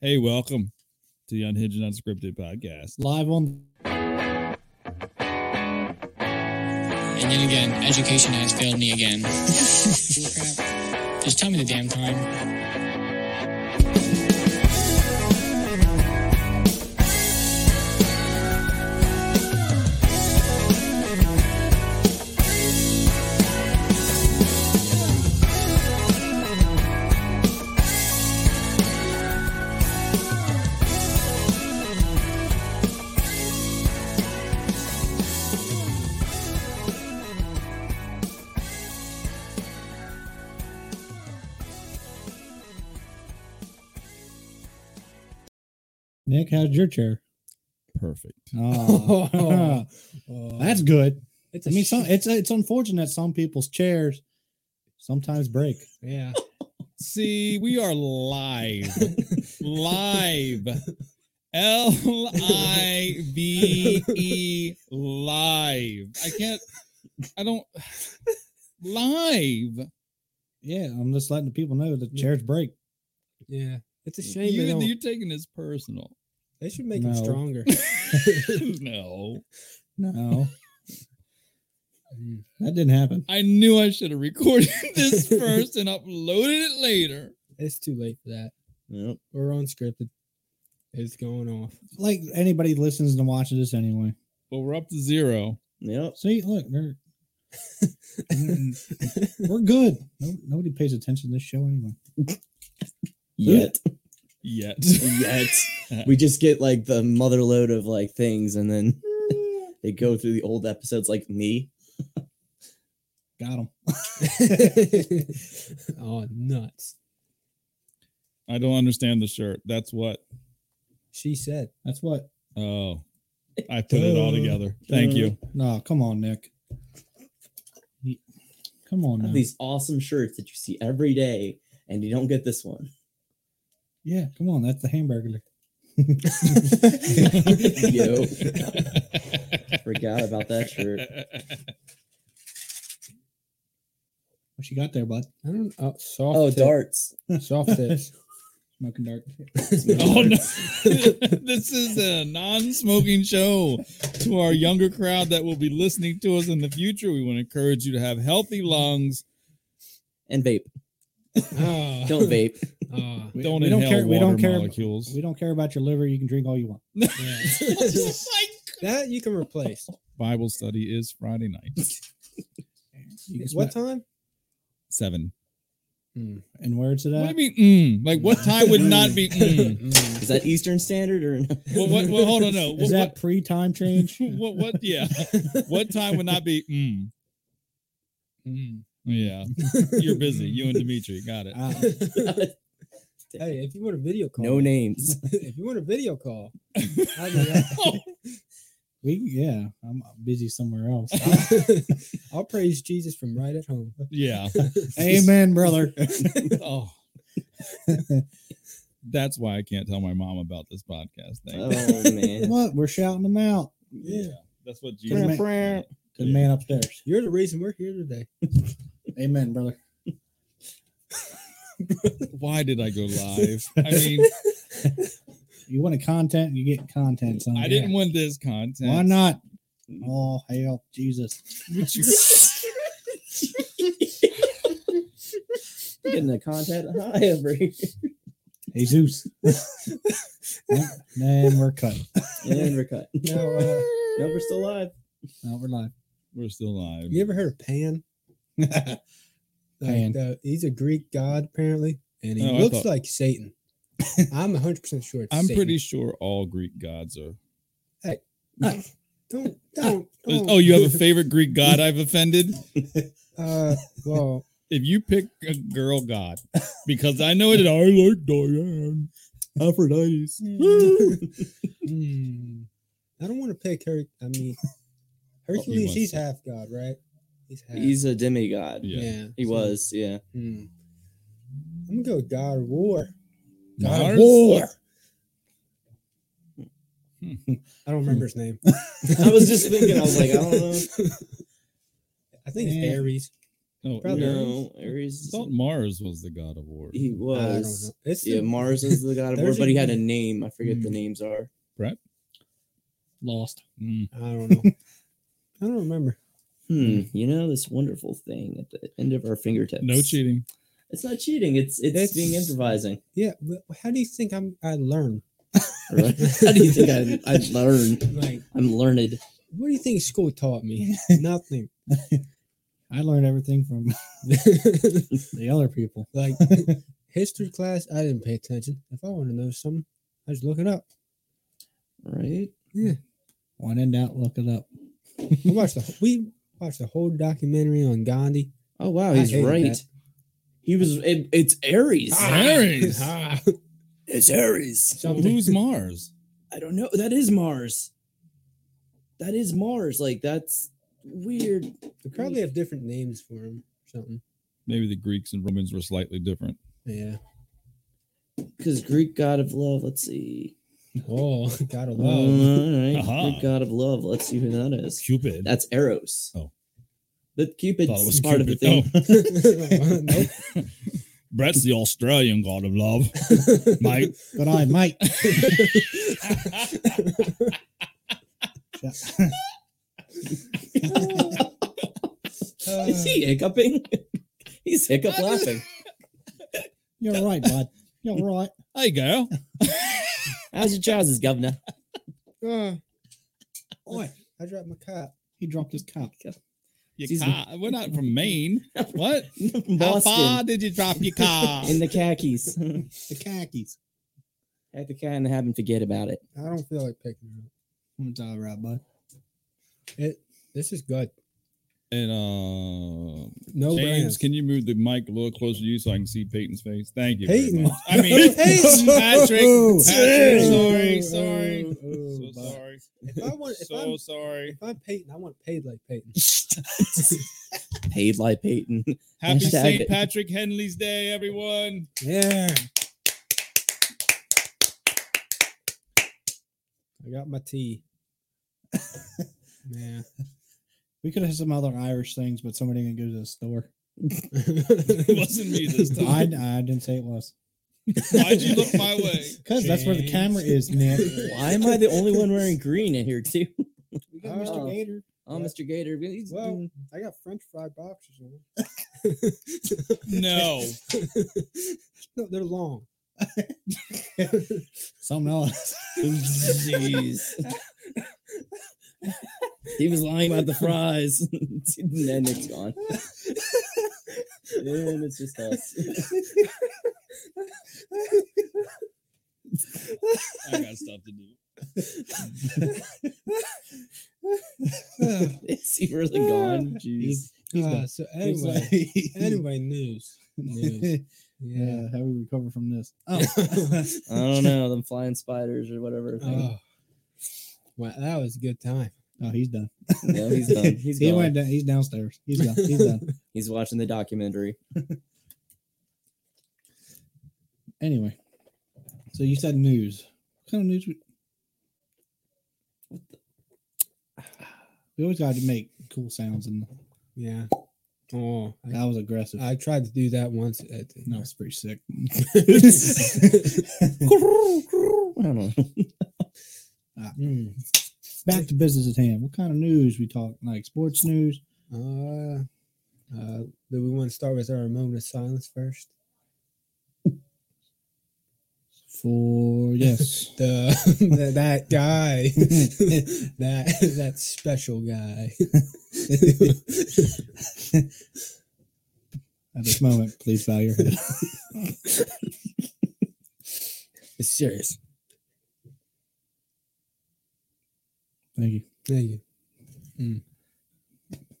Hey, welcome to the Unhinged and Unscripted podcast. live on And then again, education has failed me again. Just tell me the damn time. Nick. How's your chair? Perfect. Oh, that's good. It's I mean, some, it's it's unfortunate some people's chairs sometimes break. yeah. See, we are live. live. L I V E live. I can't, I don't, live. Yeah, I'm just letting the people know that chairs break. Yeah. It's a shame they, You, don't, you're taking this personal. they should make No. them stronger. no. No, Mm. that didn't happen. I knew I should have recorded this first and uploaded it later. it's too late for that. Yep. We're unscripted. It's going off. Like anybody listens and watches this anyway. But we're up to zero. Yep. See, look, they're we're good. No, nobody pays attention to this show anyway. yet Yet. yet we just get like the mother load of like things and then they go through the old episodes like me Got them. oh, nuts. I don't understand the shirt. That's what. She said. That's what. Oh, I put it all Duh. together. Thank you. No, come on, Nick. Ye- Come on, I now. have these awesome shirts that you see every day and you don't get this one yeah, come on. That's the hamburger. yo forgot about that shirt What you got there, bud? I don't oh, soft oh tip. darts Soft tips. Smoking dark. Oh no! this is a non-smoking show to our younger crowd that will be listening to us in the future. We want to encourage you to have healthy lungs. and vape Oh. don't vape Oh, We- don't we inhale don't care- water we don't care- molecules. We don't care about your liver. You can drink all you want. yeah. Oh my that you can replace. Bible study is Friday night, You can What smoke- time? seven. And where it's at? What do you mean? Mm? Like what time would not be? Mm? is that eastern standard or no? What, what, what? Hold on, no. Is What, that what, pre-time change? what? What? Yeah. What time would not be? Mm? Mm. Yeah. You're busy. You and Dimitri. Got it. Ah, Hey, if you want a video call, no names if you want a video call, I mean, we yeah. I'm busy somewhere else. I- I'll praise Jesus from right at home. yeah. Amen, brother. Oh. That's why I can't tell my mom about this podcast thing. oh man what? We're shouting them out. yeah. That's what Brr, Jesus. brr. The man upstairs. You're the reason we're here today. Amen, brother. Why did I go live? I mean, You want a content? You get content. Son. I didn't want this content. Why not? Oh hell, Jesus! Would you- getting the content high over here Jesus. Yep, Man, we're cut. and we're cut Now, uh, no we're still live No, we're live. We're still live. you ever heard of Pan? Like, Pan. the- he's a Greek god, apparently, and he Oh, I looks thought- like Satan. I'm 100% sure it's I'm Satan. pretty sure all Greek gods are. Don't, don't, don't. Oh, you have a favorite Greek god I've offended? Uh, well, If you pick a girl god, because I know it, I like Diane, Aphrodite's. mm, I don't want to pick her. I mean, you Hercules, want he's to- half god, right? He's half. he's a demigod Yeah. He so, was, yeah. mm. I'm gonna go with God of War. God Mars? of War. I don't remember his name. I was just thinking, I was like, I don't know. I think it's Yeah. Aries. No, Probably. Ares- No, Ares. Oh, I thought Mars was the god of war. He was. It's Yeah, the- Mars is the god of war, There's but a- he had a name. I forget the Hmm. names are. Lost. Mm. I don't know. I don't remember. Hmm. You know this wonderful thing at the end of our fingertips. No cheating. It's not cheating. It's it's, It's- being improvising. Yeah, wh- how do you think I'm? I learn. Right? How do you think I I learned? Like, I'm learned. what do you think school taught me? Nothing. I learned everything from the other people. like history class, I didn't pay attention. If I want to know something, I just look it up. Right. When in doubt, look it up. We watched the we watched the whole documentary on Gandhi. Oh wow, I he's hated right. that. He was. It, it's Aries. Aries. Ah. It's Aries. Well, Something. who's Mars? I don't know. That is Mars. That is Mars. Like that's weird. They probably have different names for him. or Something. Maybe the Greeks and Romans were slightly different. Yeah. Because Greek god of love. Let's see. Oh, gotta Uh, love. all right. Aha. Greek god of love. Let's see who that is. Cupid. That's Eros. Oh. The Cupid's Thought it was part of the Cupid. thing. Nope. Brett's the Australian god of love, Mike. But I might. is he hiccuping? He's hiccup laughing. You're right, bud. You're right. hey, girl. How's your trousers, governor? Ah, Oi, I dropped my cup. he dropped his cup. Your Excuse me. car. We're not from Maine. What? How far Boston did you drop your car? in the khakis. Had The khakis. the cat in the habit and forget about it. I don't feel like picking it up. I'm gonna tell you right, bud. It, this is good. And uh, James, No brands. can you move the mic a little closer to you so I can see Peyton's face? Thank you. very Peyton. much. I mean, Peyton. Patrick. Patrick. Sorry, Oh, sorry. oh, oh, So bud. sorry. If I want, if So I'm, sorry. if I'm Peyton, I want paid like Peyton. Paid like Peyton. Happy Hashtag St. it. Patrick Henley's Day, everyone. Yeah. I got my tea. Man. We could have some other Irish things, but somebody didn't go to the store. It wasn't me this I, I time. didn't say it was. Why'd you look my way? Because that's where the camera is, man. Why am I the only one wearing green in here too? We got Mr. Gator. Oh, Mr. Gator. he's- Well, I got French fried boxes. Man. No. no, they're long. Something else. Jeez. he was lying about the fries. and it's gone. and it's just us. I got stuff to do. Is he really gone? Ah, Jeez. Uh, so It's anyway, anyway, news. News. like- Yeah. yeah, how we recover from this? Oh, I don't know. Them flying spiders or whatever. thing. Oh. Wow, that was a good time. no, Oh, he's done. No, he's done. He's he gone. went down. He's downstairs. He's done. He's done. He's watching the documentary. anyway, so you said news. What kind of news? We, we always got to make cool sounds, and Yeah. Oh, I, that was aggressive. I tried to do that once. At, that was pretty sick. I don't know. Mm. Back to business at hand. What kind of news we talk? Like sports news? Uh, uh, do we want to start with our moment of silence first? For yes, The that, that guy, that that special guy. at this moment, please bow your head. it's serious. Thank you. Thank you. Mm.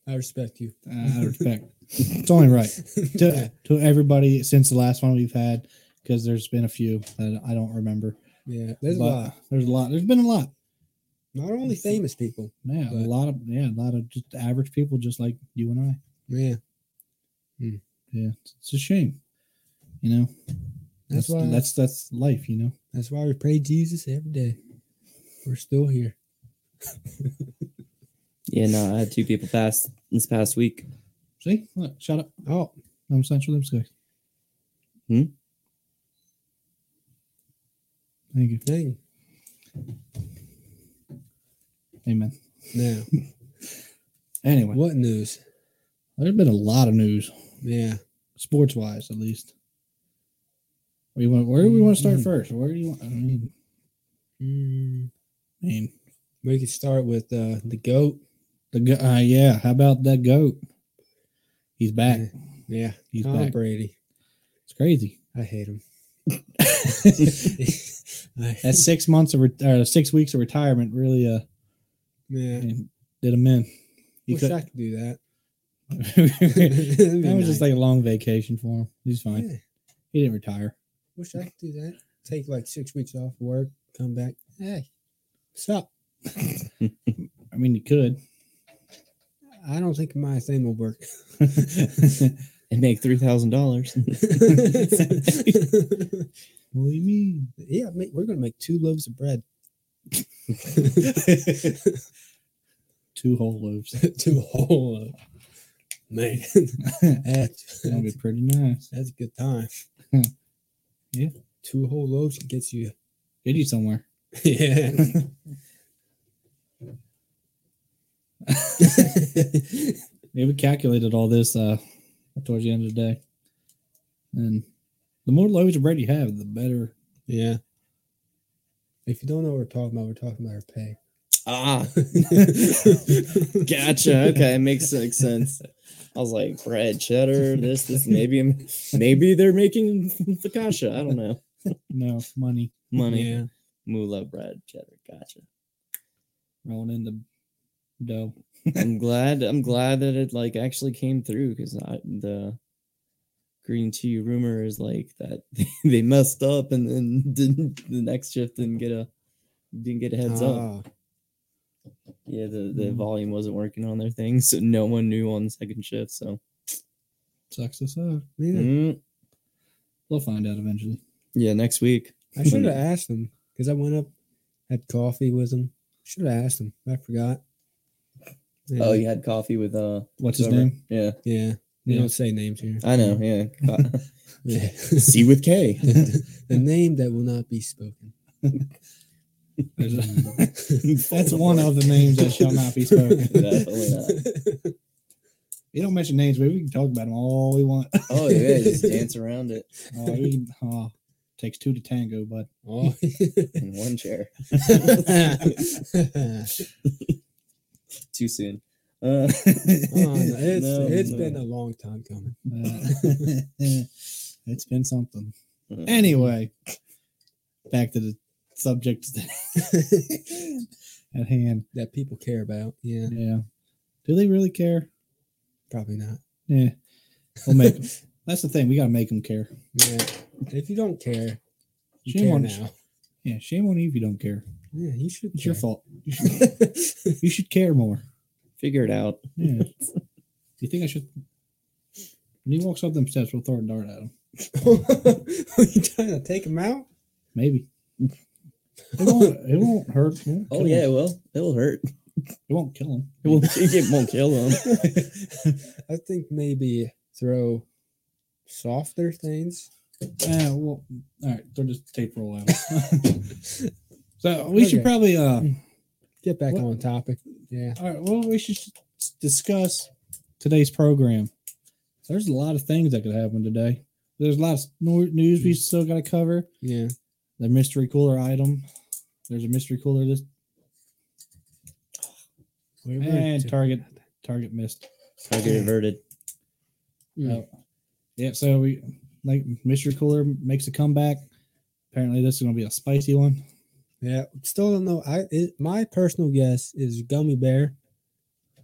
I respect you. I respect. It's only right to, to everybody since the last one we've had because there's been a few that I don't remember. Yeah, there's But a lot. There's a lot. There's been a lot. Not only famous people. Yeah, a But- lot of yeah, a lot of just average people, just like you and I. Yeah, Yeah, it's, it's a shame. You know, that's, that's why. that's That's that's life. You know, that's why we pray Jesus every day. We're still here. Yeah, no, I had two people pass this past week. See, look, shut up. Oh, I'm central lips guy. Hmm? Thank you. dang. Amen. Now, Anyway, what news? there's been a lot of news, Yeah. sports wise, at least. Where you want? Where do we want to start Mm-hmm. first? Where do you want? I mean, Mm, I mean we could start with uh, the goat. the go- uh, yeah. How about that goat? He's back. Yeah. He's Tom back. Brady. It's crazy. I hate him. I- That six months of re- or six weeks of retirement really uh yeah. did him in. He Wish could. I could do that. that That'd be was just nice. like a long vacation for him. He's fine. Yeah. He didn't retire. Wish I could do that. Take like six weeks off work, come back. Hey, what's up? I mean, he could. I don't think my thing will work. and make three thousand dollars. yeah, What do you mean? mate, we're gonna make two loaves of bread. Two whole loaves. two whole loaves. Man, that's, That'd be that's, pretty nice. that's a good time. Hmm. Yeah. two whole loaves gets you. Get you somewhere. Yeah. Yeah, we calculated all this uh towards the end of the day. And the more loaves of bread you have, the better. yeah. If you don't know what we're talking about, we're talking about our pay. ah, gotcha. Okay, makes makes sense. I was like bread, cheddar, this, this. Maybe, maybe they're making focaccia. I don't know. No money Money, Yeah. moolah bread, cheddar. Gotcha. rolling in the dough. I'm glad. I'm glad that it like actually came through because the green tea rumor is like that they messed up and then didn't the next shift didn't get a didn't get a heads up. Ah, Mm-hmm. Yeah, the, the Mm. volume wasn't working on their thing, so no one knew on the second shift. So Sucks us up. yeah. Mm. We'll find out eventually. yeah, next week. I should have asked him because I went up, had coffee with him. Should have asked him. I forgot. Oh, you had coffee with uh, What's his whoever. name? Yeah, Yeah. We Yeah. don't say names here. I know. Yeah, Co- Yeah. C with K. the name that will not be spoken. There's a- That's one of the names that shall not be spoken. Definitely not. You don't mention names, but we can talk about them all we want. Oh yeah, just dance around it Oh, we can, oh, takes two to tango, bud. Oh. in one chair. Too soon. Uh, Oh, no, it's no, it's no. been a long time coming. Uh, it's been something. Mm. Anyway, back to the subject at hand. That people care about. Yeah, Yeah. Do they really care? probably not. Yeah. We'll make 'em. That's the thing. We got to make them care. Yeah. If you don't care, you Shame care on- now. Yeah. Shame on you if you don't care. Yeah, you should. It's your care. fault. You should, you should care more. Figure it out. Yeah. you think I should? When he walks up them steps, we'll throw a dart at him. Are you trying to take him out? Maybe. It won't, it won't hurt. It won't Oh kill yeah, him. well, it'll hurt. It won't kill him. It won't, it won't kill them. I think maybe throw softer things. Uh, well, all right. They'll just tape roll out. so we should Okay. probably. uh Get back What- on topic. Yeah. All right. Well, we should s- discuss today's program. There's a lot of things that could happen today. There's a lot of snor- news we still got to cover. Yeah. The mystery cooler item. There's a mystery cooler this We were and to- Target. Target missed. Target averted. Mm. Oh. Yeah, so we like Mystery Cooler makes a comeback. Apparently, this is going to be a spicy one. Yeah. Still don't know. I it, my personal guess is gummy bear,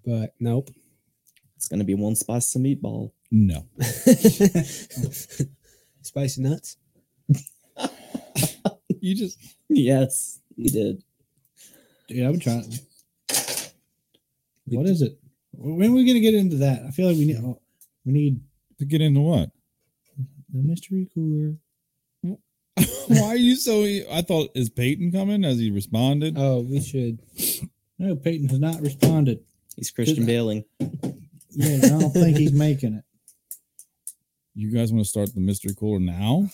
but nope. It's gonna be one spicy meatball. No. Spicy nuts. You just Yes, you did. Dude, I've been trying. We What is it? When are we going to get into that? I feel like we need oh, we need to get into what? the Mystery Cooler. Why are you so? e, I thought is Peyton coming? As he responded, Oh, we should. No, Peyton has not responded. He's Christian Good. Bailing. Yeah, I don't think he's making it. You guys want to start the mystery cooler now?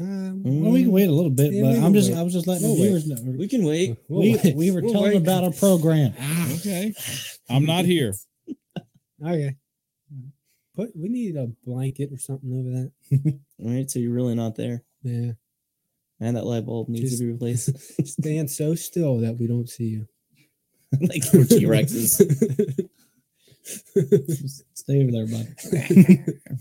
Um, Well, we can wait a little bit, Yeah, but we can I'm just wait. I was just letting the We'll viewers know. We can wait. we'll We, wait. we were We'll telling wait. Ah. about our program. Okay. I'm not here. Okay. Put we need a blanket or something over that. Hmm. All right, so you're really not there. Yeah. Man, that light bulb needs Just- to be replaced. Stand so still that we don't see you. like for T Rexes. Stay over there, bud.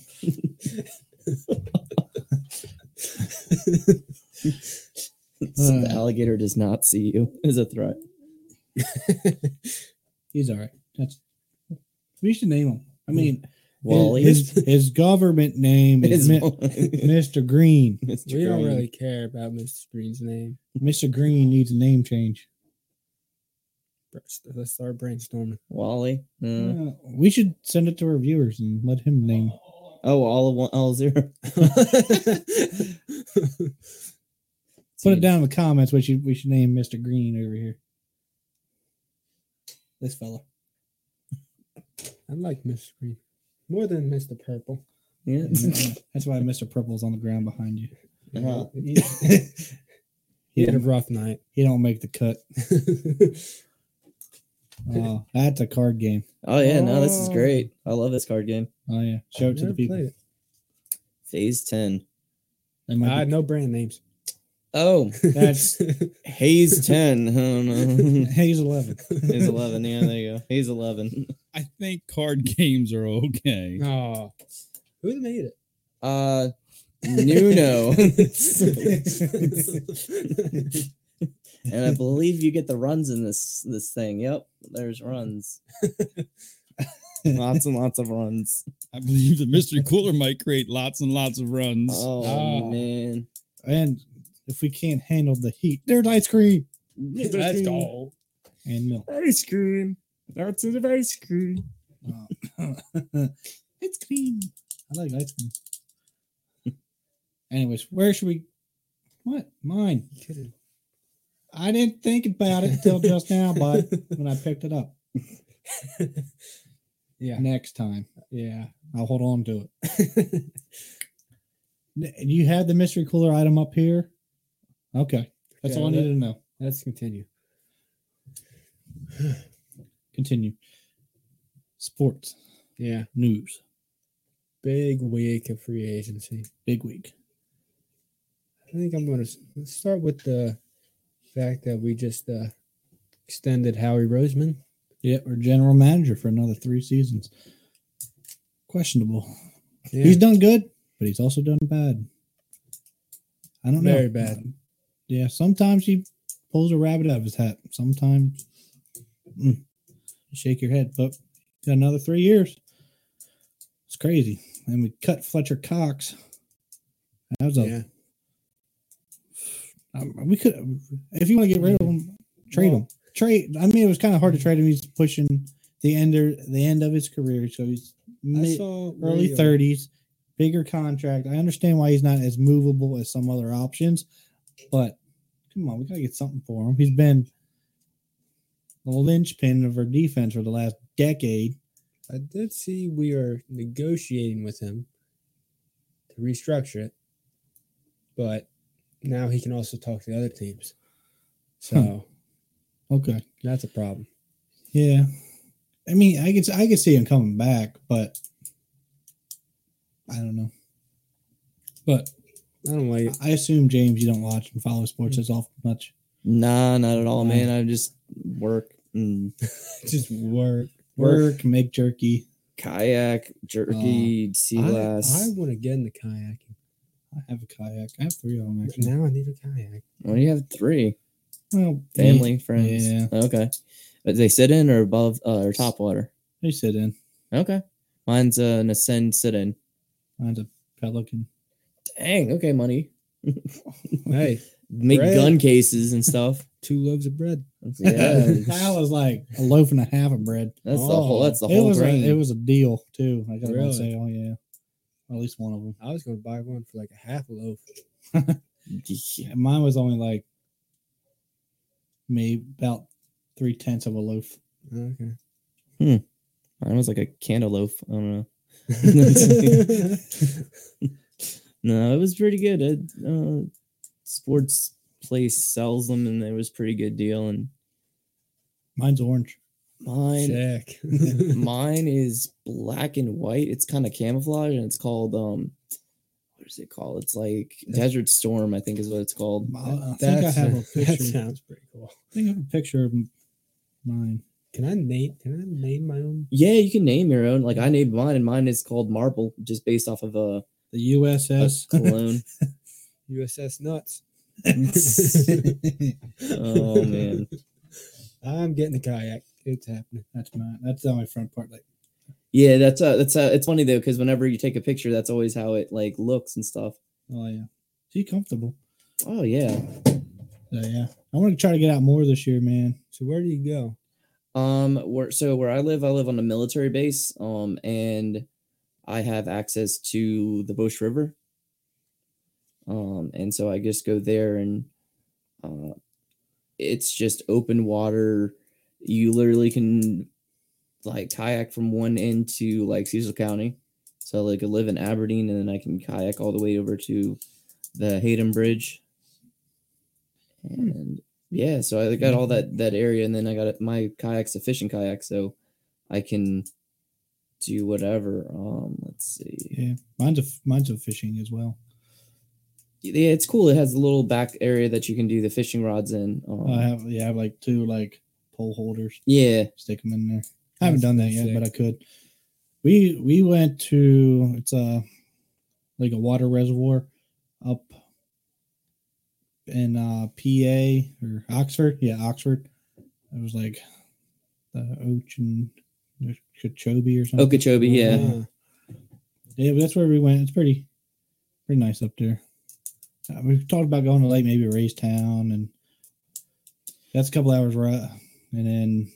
the alligator does not see you as a threat. He's all right. That's we should name him. I mean, Wally his, his government name is is Mi- Mr. Green. Mr. we don't Green. really care about Mr. Green's name. Mr. Green needs a name change. Let's let's start brainstorming. Wally. Uh, Uh, we should send it to our viewers and let him name. Oh, all of one, all zero. Put it down in the comments. We should we should name Mr. Green over here. This fella. I like Mr. Green more than Mr. Purple. Yeah. uh, That's why Mr. Purple's on the ground behind you. Uh-huh. He, he had a rough night. He don't make the cut. Oh, that's a card game. Oh yeah, no, this is Oh. great. I love this card game. Oh yeah, show it to Never the people. played it. Phase ten. They might Ah, be- no brand names. Oh, That's Haze ten. Oh no. Hayes eleven. Haze eleven. Yeah, there you go. Haze eleven. I think card games are okay. Oh, who made it? Uh Nuno. and I believe you get the runs in this this thing. Yep, there's runs. lots and lots of runs. I believe the mystery cooler might create lots and lots of runs. Oh, Oh. man. And if we can't handle the heat, there's ice cream Let's go. and milk. Ice cream. Lots of ice cream. Oh. ice cream. I like ice cream. Anyways, where should we? What mine? I didn't think about it till just now, but when I picked it up, Yeah, next time yeah. I'll hold on to it. N- You have the mystery cooler item up here. Okay, that's Yeah, all I that- needed to know. Let's continue. Continue. Sports Yeah, news. big week of free agency. Big week. I think I'm going to start with the fact that we just uh, extended Howie Roseman. Yeah, we're general manager for another three seasons. Questionable. Yeah. He's done good, but he's also done bad. I don't know. Very bad. Yeah, sometimes he pulls a rabbit out of his hat. Sometimes mm, you shake your head, but got another three years. It's crazy. And we cut Fletcher Cox. That was a yeah. um, we could if you want to get rid of him, trade him. Trade. I mean, it was kind of hard to trade him. He's pushing the end of the end of his career, so he's mid, saw early Leo- thirties, bigger contract. I understand why he's not as movable as some other options, but come on, we gotta get something for him. He's been the linchpin of our defense for the last decade. I did see we are negotiating with him to restructure it, but now he can also talk to the other teams. So Okay. that's a problem. Yeah. I mean, I could I could see him coming back, but I don't know. But I don't like it. I assume James, you don't watch and follow sports as often much. Nah, not at all, Nah. man. I just work and Just work. Work, make jerky. kayak, jerky, sea I, glass. want to get into kayaking. I have a kayak. I have three of them actually. Now I need a kayak. well, you have three Well, family, friends. Yeah. Okay. But they sit in or above uh, or top water. They sit in. Okay. Mine's uh, an ascend sit in. Mine's a pelican. Dang. Okay, money. Hey, Make Bread. gun cases and stuff. two loaves of bread. Yeah. that was like a loaf and a half of bread. That's the whole. Oh, That's the it whole was grain. a, it was a deal too. I gotta Really? say, oh yeah, at least one of them. I was going to buy one for like a half a loaf. Yeah. And mine was only like maybe about three tenths of a loaf. Okay. Mine was like a cantaloupe. I don't know. No, it was pretty good. It, uh, sports place sells them, and it was pretty good deal. And Mine's orange. mine, Check. mine is black and white. It's kind of camouflage, and it's called um, what is it called? It's like Desert Storm, I think is what it's called. I, I think I That's- have a that picture. sounds pretty cool. I think I have a picture of m- mine. Can I name? Can I name my own? Yeah, you can name your own. Like I named mine, and mine is called Marble, just based off of a, The a USS. cologne. USS Nuts. oh man, I'm getting the kayak. It's happening. That's mine. That's on my front part. Like yeah, that's uh, that's uh, it's funny though because whenever you take a picture, that's always how it like looks and stuff. oh yeah. She comfortable. Oh yeah. So yeah. I want to try to get out more this year, man. So where do you go? Um, where so where I live, I live on a military base. Um, and I have access to the Bush River. Um, and so I just go there, and uh, it's just open water. You literally can like kayak from one end to like Cecil County. So like I live in Aberdeen, and then I can kayak all the way over to the Hayden Bridge. And yeah, so I got all that that area, and then I got my kayak's a fishing kayak, so I can do whatever. Um, let's see. Yeah. Mine's a mine's a fishing as well. Yeah, it's cool. It has a little back area that you can do the fishing rods in. Um, I have yeah, I have like two like pole holders. yeah, Stick them in there. I haven't done that yet, sick. but I could. We we went to it's a like a water reservoir up in uh PA or Oxford. Yeah, Oxford. It was like the Ocean Okeechobee or something. Okeechobee. Yeah, Uh, Yeah, but that's where we went. It's pretty, pretty nice up there. Uh, we've talked about going to like maybe Raystown, and that's a couple hours right. And then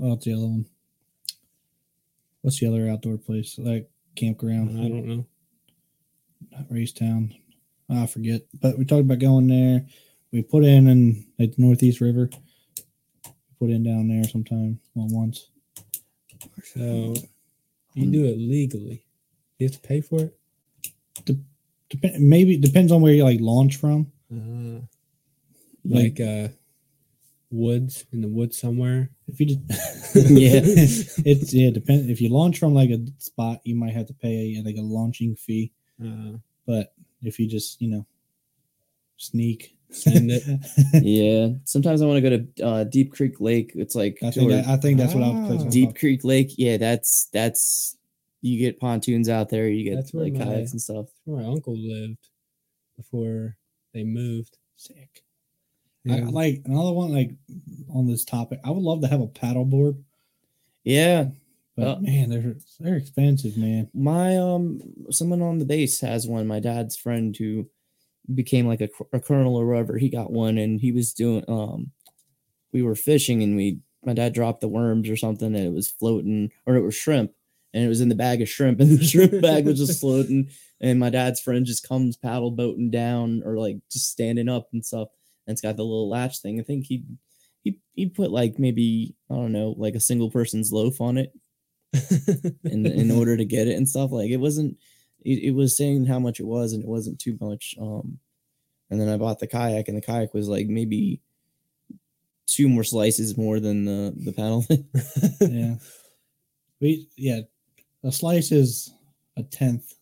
oh, what's the other one? What's the other outdoor place like campground? Uh, I don't know. Not Raystown. I forget. But we talked about going there. We put in in like the Northeast River. Put in down there sometime on once. So you do it legally. You have to pay for it. Dep- maybe depends on where you like launch from. Uh, Like- like uh, woods in the woods somewhere. If you just yeah. it's yeah, depends. If you launch from like a spot, you might have to pay a, like a launching fee. Uh-huh. Uh, But if you just you know sneak, Send it. yeah. Sometimes I want to go to uh, Deep Creek Lake. It's like I think or I, I think that's what I'll place. Ah. my Deep thought. Creek Lake. Yeah, that's that's you get pontoons out there. You get That's where like my- kayaks and stuff. where my uncle lived before they moved. Sick. I, I like another one like on this topic. I would love to have a paddleboard, Yeah, but Uh. man, they're they're expensive, man. my um someone on the base has one my dad's friend who became like a, cr- a colonel or whatever he got one and he was doing um we were fishing and we my dad dropped the worms or something and it was floating or it was shrimp and it was in the bag of shrimp and the shrimp bag was just floating and my dad's friend just comes paddle boating down or like just standing up and stuff and it's got the little latch thing i think he he he put like maybe i don't know like a single person's loaf on it in in order to get it and stuff. Like it wasn't it, it was saying how much it was and it wasn't too much. Um and then I bought the kayak and the kayak was like maybe two more slices more than the the paddle. Yeah, we yeah, a slice is a tenth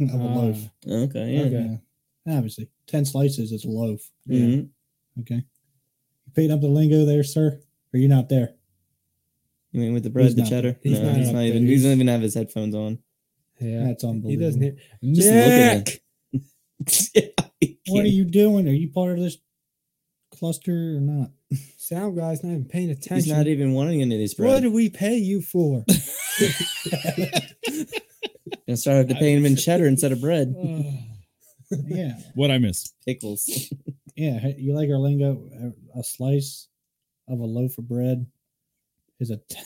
of a Ah, loaf. okay, yeah. Okay. Yeah. Obviously, ten slices is a loaf. Mhm. Okay. You picking up the lingo there, sir? Or you not there? You mean with the bread, He's the not- cheddar? he's no, not he's up not there. even. He doesn't even have his headphones on. yeah, That's unbelievable. he doesn't hear. Just look at Nick! What are you doing? Are you part of this cluster or not? Sound guy's not even paying attention. He's not even wanting any of this what bread. do we pay you for? And started to pay him in cheddar instead of bread. yeah, What I miss? Pickles. yeah. hey, You like our lingo? A- A slice of a loaf of bread is a. T-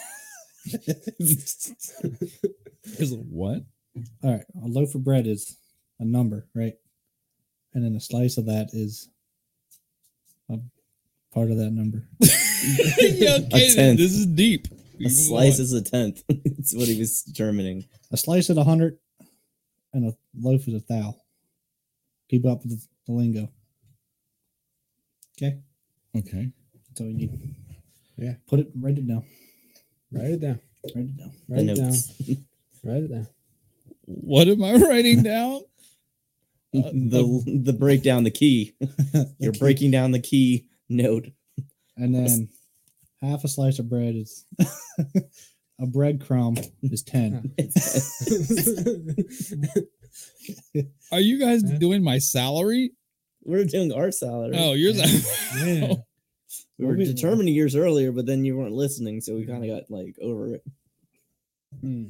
Is it what? All right, a loaf of bread is a number, right? And then a slice of that is a part of that number. yeah, okay, tenth. this is deep. A slice is a tenth. It's what he was determining. A slice at a hundred, and a loaf is a thou. Keep up with the, the lingo. Okay, Okay. that's all you need. Yeah. put it. Write it down. Write it down. Write it down. The Write it down. notes. Write it down. What am I writing down? Uh, the the breakdown the key. You're breaking down the key note. And then half a slice of bread is a breadcrumb is ten. Are you guys Yeah. doing my salary? We're doing our salary. Oh, yours. Yeah. we were we- determining yours earlier, but then you weren't listening, so we kind of got like over it. Hmm.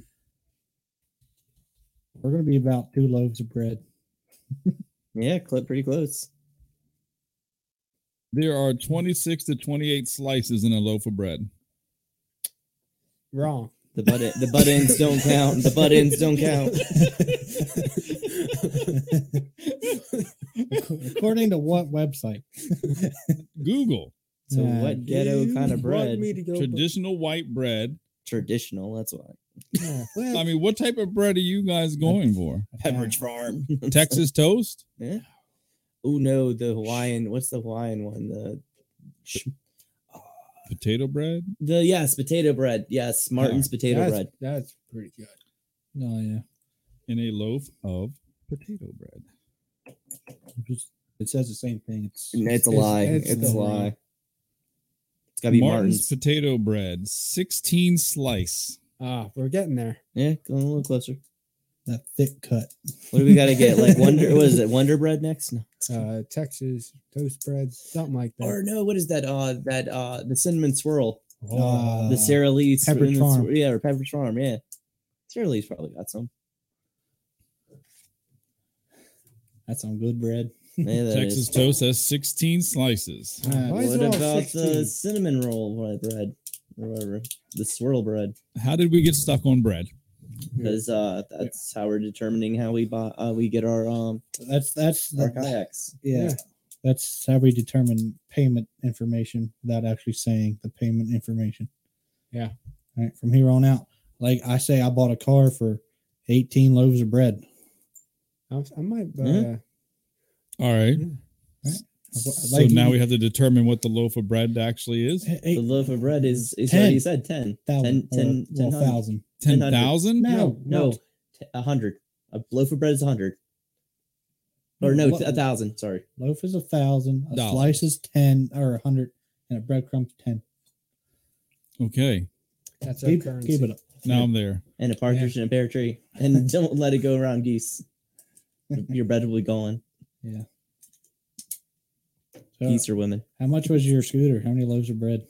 We're gonna be about two loaves of bread. Yeah, clip pretty close. There are 26 to 28 slices in a loaf of bread. Wrong. The butt en- the butt ends don't count. The butt ends don't count. According to what website? Google. So Yeah. what ghetto You kind of want bread? me to go- Traditional white bread. Traditional. That's why. Oh, well, I mean, what type of bread are you guys going for? Pepperidge Farm. Texas toast? Yeah. Oh no, the Hawaiian. What's the Hawaiian one? The Potato bread? the yes, potato bread. Yes, Martin's potato that's, bread. That's pretty good. No, Oh, yeah. In a loaf of potato bread. It just- it says the same thing. It's And It's a It's- lie. It's, it's a the- lie. It's gotta be Martin's Martin's. potato bread, 16 slice. Ah, we're getting there. yeah, going a little closer. that thick cut. What do we gotta get? Like Wonder. what is it? Wonder bread next? No. Uh, Texas toast bread, something like that. Or no, what is that? Uh, that uh, the cinnamon swirl, Oh, Uh, the Sara Lee's Pepperidge cinnamon Farm. swir- yeah, or Pepperidge Farm, yeah. Sara Lee's probably got some. That's some good bread. Yeah, that Texas is. toast has 16 slices. Alright, Why is What it all about 16? the cinnamon roll bread or whatever? The swirl bread. How did we get stuck on bread? because uh, that's how we're determining how we buy uh, we get our um That's that's our the, kayaks. yeah, Yeah. That's how we determine payment information without actually saying the payment information. Yeah. All right. From here on out, like I say, I bought a car for eighteen loaves of bread. I'm- I might. Uh, Mhm. All right. I bought- So like now you- we have to determine what the loaf of bread actually is. eh, The eight loaf of bread is is Ten. what you said 10 10 thousand, or, 10 well, 1000. thousand. 10,000? No, no, what? t- a 100. A loaf of bread is a 100. Or No, no, what- t- a 1000, sorry. Loaf is a thousand. A Dollars. slice is ten or a hundred, and a breadcrumb's ten. Okay. That's our Keep, currency. keep it up. Now I'm there. And a partridge and a pear tree. And don't let it go around geese. Your bread will be gone. So, geese are women. How much was your scooter? How many loaves of bread?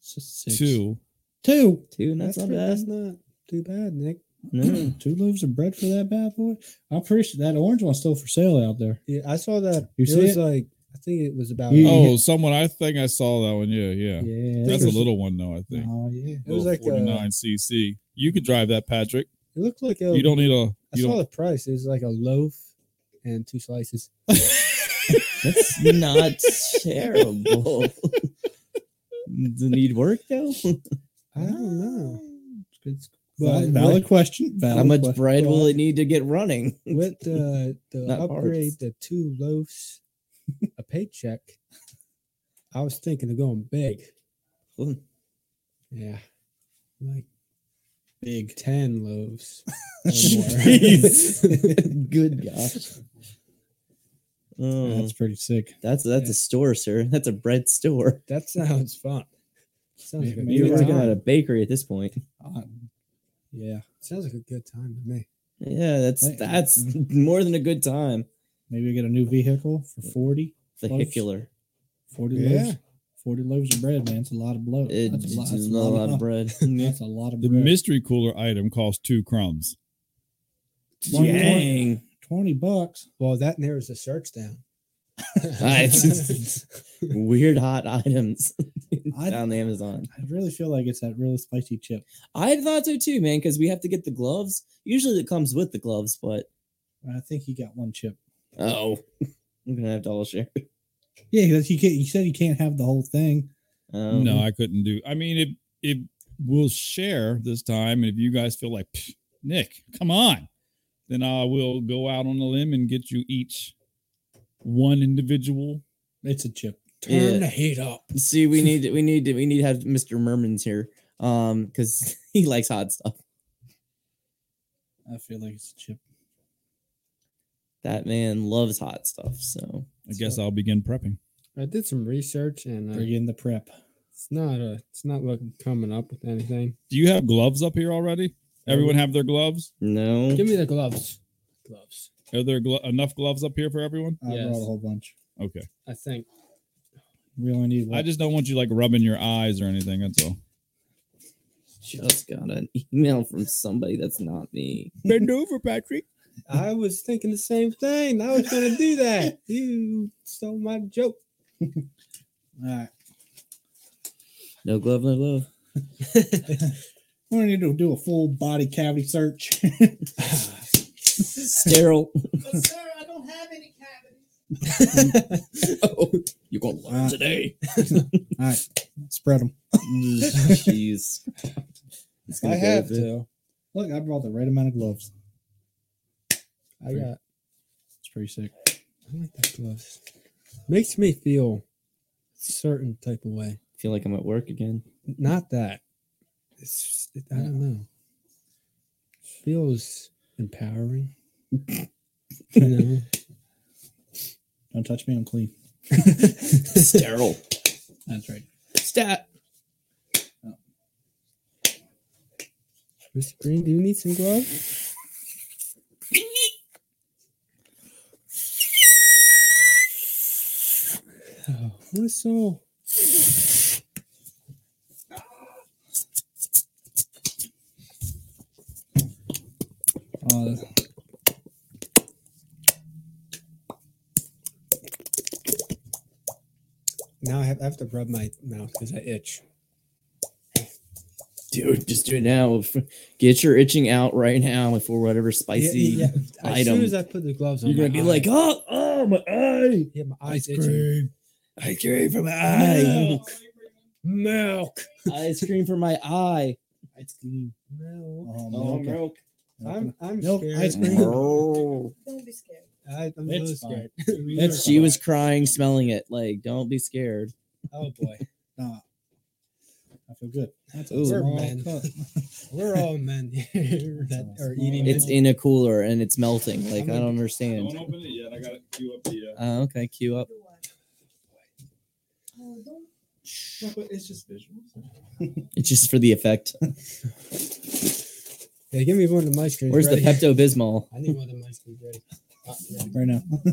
Six. Two. Two. Two, and that's, That's, not pretty- bad. that's not too bad, Nick. No. Two loaves of bread for that bad boy. I'm pretty sure that orange one's still for sale out there. Yeah, I saw that. You it see was it? like I think it was about. You- it Oh, someone. I think I saw that one. Yeah, yeah. Yeah, That's a it's- little one, though, I think. Oh yeah, Little was like a, 49cc. You could drive that, Patrick. It looked like a. You don't need a. I You saw don't. the price. It was like a loaf and two slices. That's not terrible. Does it need work though? I don't know. It's, Val- but valid with, question. Valid How much Oh question. bread will Well, it need to get running? with the the Not upgrade, parts. the two loaves, a paycheck. I was thinking of going big. Yeah, like big ten loaves. or more. Jeez. Good gosh. Oh, Uh-huh. That's pretty sick. that's that's a store, sir. That's a bread store. that sounds fun. Sounds like a Maybe You're good it's working time. at a bakery at this point. Uh, yeah, Sounds like a good time to me. Yeah, that's Right. that's more than a good time. maybe we get a new vehicle for 40, Vehicular. 40 Yeah. loaves, forty loaves of bread, man. It's a lot of blow. It- that's a lot, It's that's not a lot of bread. bread. That's a lot of The bread. mystery cooler item costs two crumbs. One more. Dang. Twenty bucks. Well, that narrows the search down. I- Weird hot items I- on Amazon. I really feel like it's that really spicy chip. I thought so too, man, because we have to get the gloves. Usually it comes with the gloves, but I think he got one chip. oh, I'm gonna have to all share. Yeah, because you can't. You said you can't have the whole thing. Um, no, I couldn't do. I mean, it it will share this time, and if you guys feel like "Pff, Nick, come on, then I will go out on a limb and get you each one individual. It's a chip. Turn Yeah. the heat up. see. We need to- we need to, we need to have Mr. Merman's here, um, because he likes hot stuff. I feel like it's a chip. That man loves hot stuff. So I guess I'll begin prepping. I did some research and uh, Bring in the prep. it's not uh it's not looking coming up with anything. Do you have gloves up here already? Everyone have their gloves? no, Give me the gloves. Gloves. Are there glo- enough gloves up here for everyone? I Yes. brought a whole bunch. Okay. I think. We only need one. I just don't want you like rubbing your eyes or anything. That's all. just got an email from somebody that's not me. Bend over, Patrick. I was thinking the same thing. I was gonna do that. You stole my joke. All right. No glove, no glove. We don't need to do a full body cavity search. Sterile. But sir, I don't have any cavities. oh, you're gonna learn Uh, today. All right. Spread them. Jeez. I It's gonna go have with it. to. Look, I brought the right amount of gloves. I got It's pretty sick. I like that gloves. Makes me feel a certain type of way. feel like I'm at work again. Not that. It's just- I don't know. Feels empowering. you know. Don't touch me. I'm clean. Sterile. That's right. Stat. Mr. Green, do you need some gloves? Oh, what is so? Uh, Now I have, I have to rub my mouth because I itch. Dude, just do it now. Get your itching out right now before whatever spicy. As soon item. as I put the gloves on, You're gonna my be eye- like, oh, oh, my eye. yeah, my eyes itching. I cream for my eye. Milk. Ice cream for my eye. it's clean. Milk. Oh, Oh, milk. milk. I'm, I'm Milk, scared. ice cream. No. Don't be scared. I, I'm really It's scared. fine. That's, she was crying, smelling it. Like, don't be scared. Oh boy, I feel good. That's Ooh. small Man. cup. we're all men here that are eating. It's milk. in a cooler and it's melting. Like, I don't Don't understand. open it yet. I got to queue up the. Uh... Uh, okay, cue up. Do what? Oh, don't. it's just visuals. It's just for the effect. Yeah, give me one of the ice creams. Where's the ready. Pepto Bismol? I need one of the ice creams ready. Uh, yeah. Right now. Don't do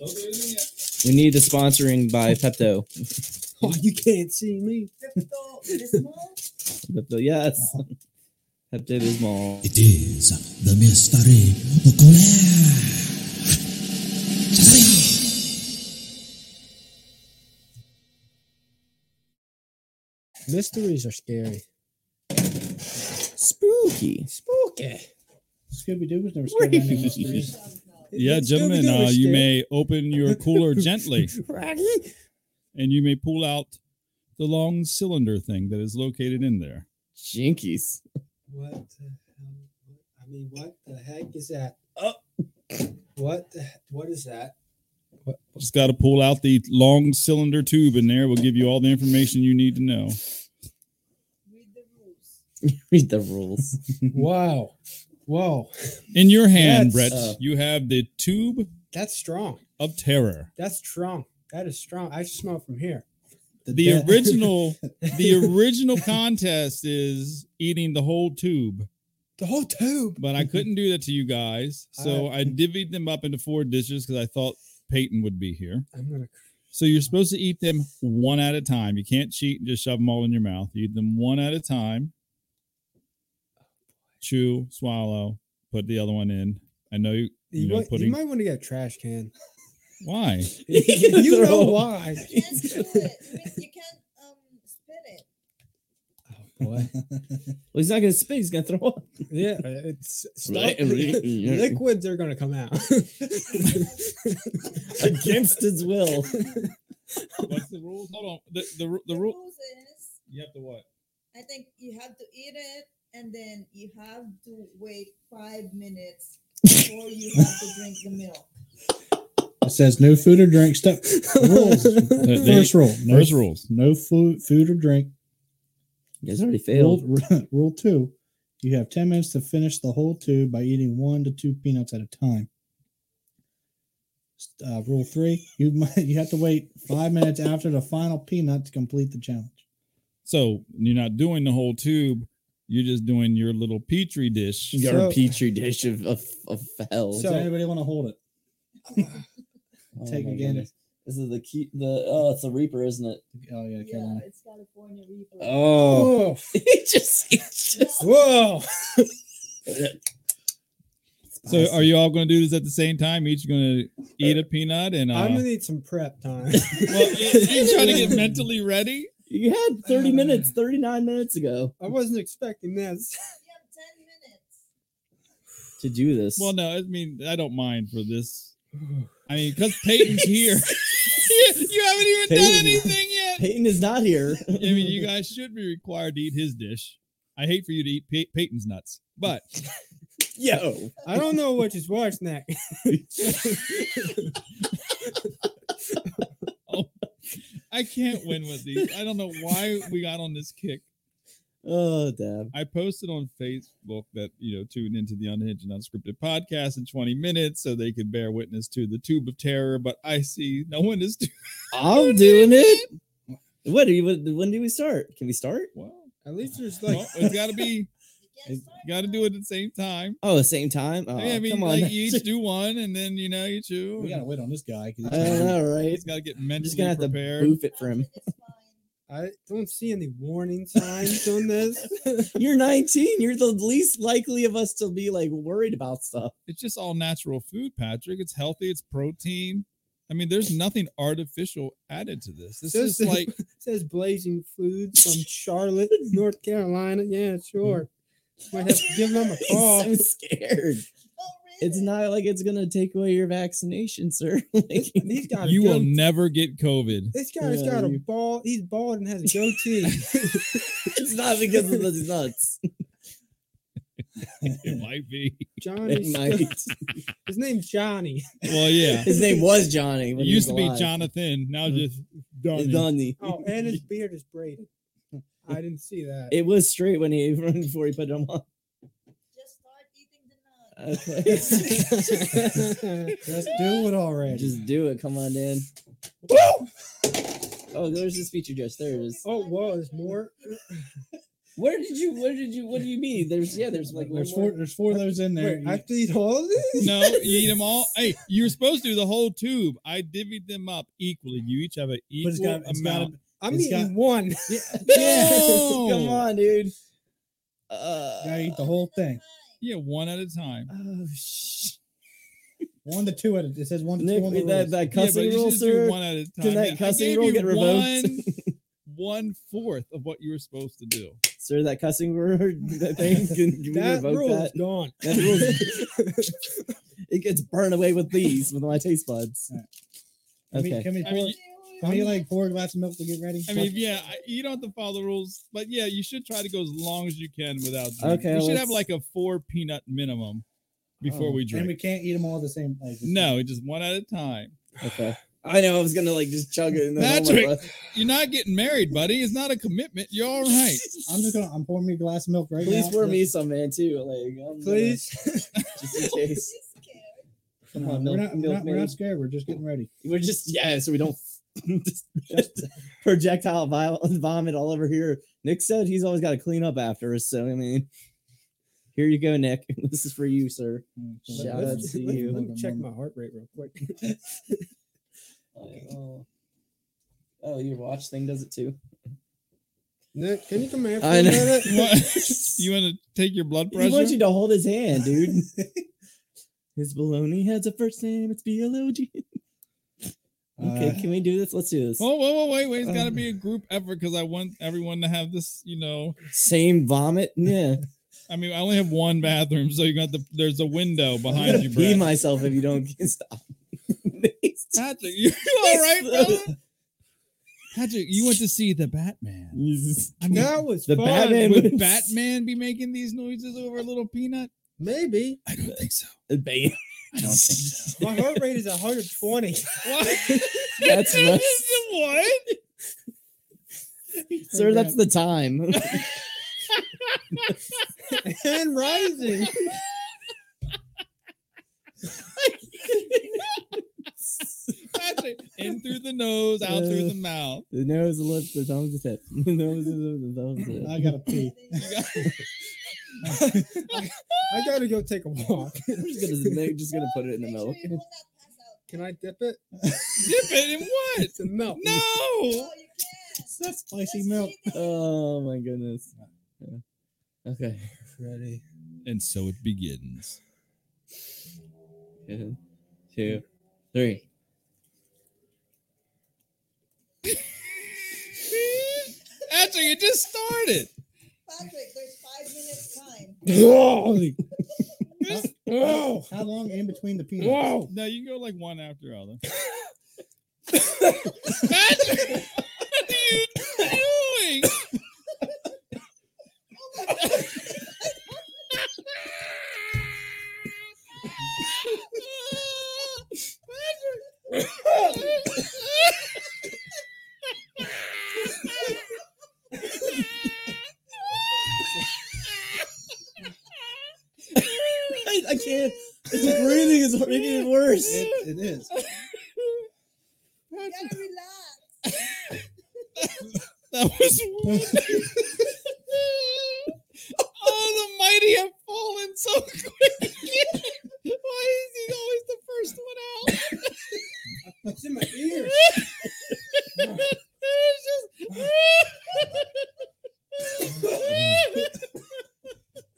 anything yet. We need the sponsoring by Pepto. Oh, you can't see me. Pepto Bismol? Pepto, yes. Pepto Bismol. It is the mystery of Korea. Mysteries are scary. Spooky. Spooky. Scooby Doo was never scared of any mysteries. Yeah, gentlemen, uh, you may open your cooler gently, and you may pull out the long cylinder thing that is located in there. Jinkies. What the hell? I mean, what the heck is that? Oh, what? The, what is that? Just got to pull out the long cylinder tube in there. We'll give you all the information you need to know. Read the rules. Read the rules. Wow. Whoa. In your hand, That's, Brett, uh, you have the tube That's strong. of terror. That's strong. That is strong. I just smell it from here. er-, The death- original, the original contest is eating the whole tube, The whole tube. but I couldn't do that to you guys, so I divvied them up into four dishes because I thought Peyton would be here. I'm gonna. So you're supposed to eat them one at a time. You can't cheat and just shove them all in your mouth. You eat them one at a time. Chew, swallow, put the other one in. I know you. You, You know, might- you pudding. might want to get a trash can. Why? you know Throw- why? You can't do it. I mean, You can't um, spin it. What? Well, he's not gonna spit. He's gonna throw up. Yeah, uh, it's stuff, Right, right, yeah. liquids are gonna come out. against his will. What's the rules? Hold on. The the, the The rule. rules is, You have to what? I think you have to eat it, and then you have to wait five minutes before you have to drink the milk. It says no food or drink. Step rules. they- First rule. No, First rules. No food, food or drink. You guys already failed. Rule, rule two. You have ten minutes to finish the whole tube by eating one to two peanuts at a time. Uh, rule three. You might, you have to wait five minutes after the final peanut to complete the challenge. So you're not doing the whole tube. You're just doing your little petri dish. You got a So- petri dish of of, of hell. Does So- anybody want to hold it? Oh Take my again. goodness. This is the key. The oh, it's the Reaper, isn't it? Oh yeah, Yeah, Carolina. it's California Reaper. Oh, Oh, it just, it just. whoa! So are you all going to do this at the same time? Each going to eat a peanut Oh, and uh, I'm gonna need some prep time. well, you you trying to get Uh, mentally ready? You had thirty minutes, thirty nine minutes ago I wasn't expecting this. You have 10 minutes. to do this. Well, no. I mean, I don't mind for this. I mean, because Peyton's here. you, you haven't even done Peyton. anything yet. Peyton is not here. I mean, you guys should be required to eat his dish. I hate for you to eat Pey- Peyton's nuts, but Yo, I don't know what just watched next. I can't win with these. I don't know why we got on this kick. oh damn. I posted on Facebook that, you know, tune into the Unhinged and Unscripted podcast in 20 minutes so they can bear witness to the Tube of Terror, but I see no one is doing I'm doing it. What are you? What, when do we start? Can we start? well. At least there's like well it's got to be, You can't start got to now. do it at the same time. Oh, the same time. Oh, Yeah, I mean, come on. like you each do one and then, you know, you two. We and gotta wait on this guy. 'cause he's- I don't know, right? He's got to get I'm mentally just gonna have prepared. to boof it for him. It's fine. I don't see any warning signs on this. You're 19. You're the least likely of us to be like worried about stuff. it's just all natural food, Patrick. It's healthy. It's protein. I mean, there's nothing artificial added to this. This Says is the- like It says blazing food from Charlotte, North Carolina. Yeah, sure. Might have to give them a He's Oh. call. so scared. Oh, really? It's not like it's gonna take away your vaccination, sir. like, He's got a you will goatee. never get COVID. This guy's Yeah, got a you- bald. He's bald and has a goatee. it's not because of the nuts. It might be. Johnny. It might. His name's Johnny. Well, yeah. His name was Johnny. It When he used was to be alive. Mm. Jonathan. Now just Donnie. It's Donnie. Oh, and his beard is braided. I didn't see that. It was straight when he before he put him on. Just start eating the Uh, nuts. Okay. Let's do it already. Just do it. Come on, Dan. Oh, there's his feature dress. There it is. oh, whoa, there's more. Where did you? Where did you? What do you mean? There's yeah. There's like there's one more- four. There's four of those in there. Wait, I have to eat all of these? No, you eat them all. Hey, you were supposed to do the whole tube. I divvied them up equally. You each have an but it's equal got. It's got. amount. To, I'm It's eating got- one. No! Come on, dude. Uh, gotta eat the whole thing. Yeah, one at a time. Oh shh. One to two at a, it says one to Nick, two. On the that, rules. that Yeah, but cussing you should rule, just do sir. one at a time. that Yeah, I cussing gave rule you get revoked? One, one fourth of what you were supposed to do. Sir, that cussing word, that thing, can, can we That revoke rule is that? gone. That rule's- it gets burned away with these, with my taste buds. Can we- Okay. Can we I pour, mean, can we like pour a glass of milk to get ready? I mean, yeah, I- you don't have to follow the rules, but yeah, you should try to go as long as you can without. Drinking. Okay, we should have like let's- a four peanut minimum before Oh, we Um, and drink. we can't eat them all at the same place. no, just one at a time. Okay. I know I was gonna like just chug it and then hold my Patrick! breath. You're not getting married, buddy. It's not a commitment. You're all right. I'm just gonna. I'm pouring me a glass of milk right now. Please pour me some, man, too. Like, I'm gonna- Please. just in case. He's scared. Come No, on, we're milk, not. We're milk, not, we're man. not scared. We're just getting ready. We're just yeah, so we don't just projectile vi- vomit all over here. Nick said he's always got to clean up after us, so I mean, here you go, Nick. This is for you, sir. Shout out Let's- to let- you. Let me check my heart rate real quick. Oh, oh, your watch thing does it too. Nick, can you come here for I a know. minute? What? you want to take your blood He wants pressure? you to hold his hand, dude. his baloney has a first name. It's B L O G. Okay, Uh, can we do this? Let's do this. Oh, whoa, whoa, wait, wait! It's got to Um. be a group effort because I want everyone to have this. You know, Same vomit. Yeah, I mean, I only have one bathroom, so you got the there's a window I'm behind gonna you, pee Brad. myself if you don't stop. Patrick, you all right, brother? How'd you? You went to see the Batman? I that was the fun. Batman Would was- Batman be making these noises over a little peanut? Maybe I don't think so. Bam. I don't think so. my heart rate is 120. What? That's right. what? Sir, that's the time. and rising. Patrick, in through the nose, out through the mouth. The nose, the lips, the tongue, the tip. The nose, the lips, the tongue, the I tip. gotta pee. I gotta go take a walk. I'm just gonna, they're just gonna put it in the milk. Can I dip it? Dip it in what? It's a milk. No. That's spicy milk. Oh my goodness. Yeah. Okay. Ready. And so it begins. One, two, three. Patrick, it just started. Patrick, there's five minutes time. Holy There's- Oh, How long in between the peanuts? whoa. no, you can go like one after other. Patrick, what are you doing? I, I can't. The breathing is making it worse. It, it is. You gotta relax. That was Oh, the mighty have fallen so quick. Why is he always the first one out? It's in my ear. It's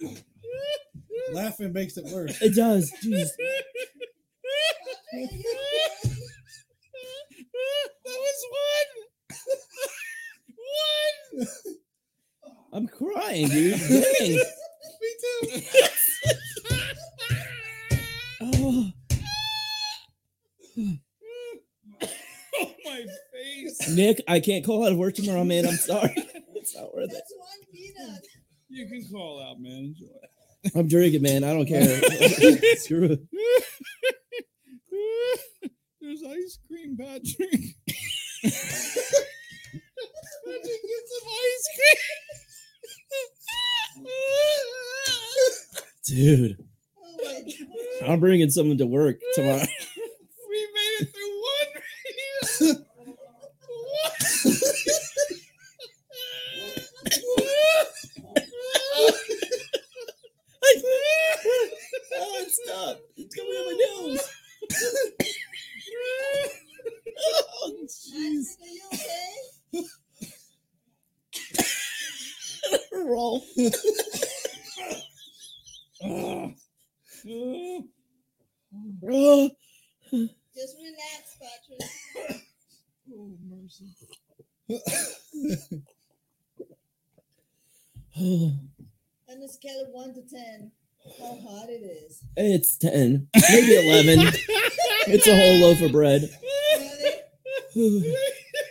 just. Laughing makes it worse. It does. Jeez. Patrick, are you okay? that was one. one. I'm crying, dude. Dang. Me too. Oh, oh my face! Nick, I can't call out of work tomorrow, man. I'm sorry. It's not worth it. That's one peanut. You can call out, man. Enjoy. I'm drinking, man. I don't care. Screw it. There's ice cream, Patrick. Patrick, get some ice cream. Dude, Oh my God. I'm bringing someone to work tomorrow. we made it through one. Oh, it stopped. It's coming out my nose. Oh, jeez. Patrick, are you okay? Roll. Oh, Oh, Just relax, Patrick. oh, mercy. On a scale of one to ten, how hot it is. It's 10, maybe 11. It's a whole loaf of bread. Really?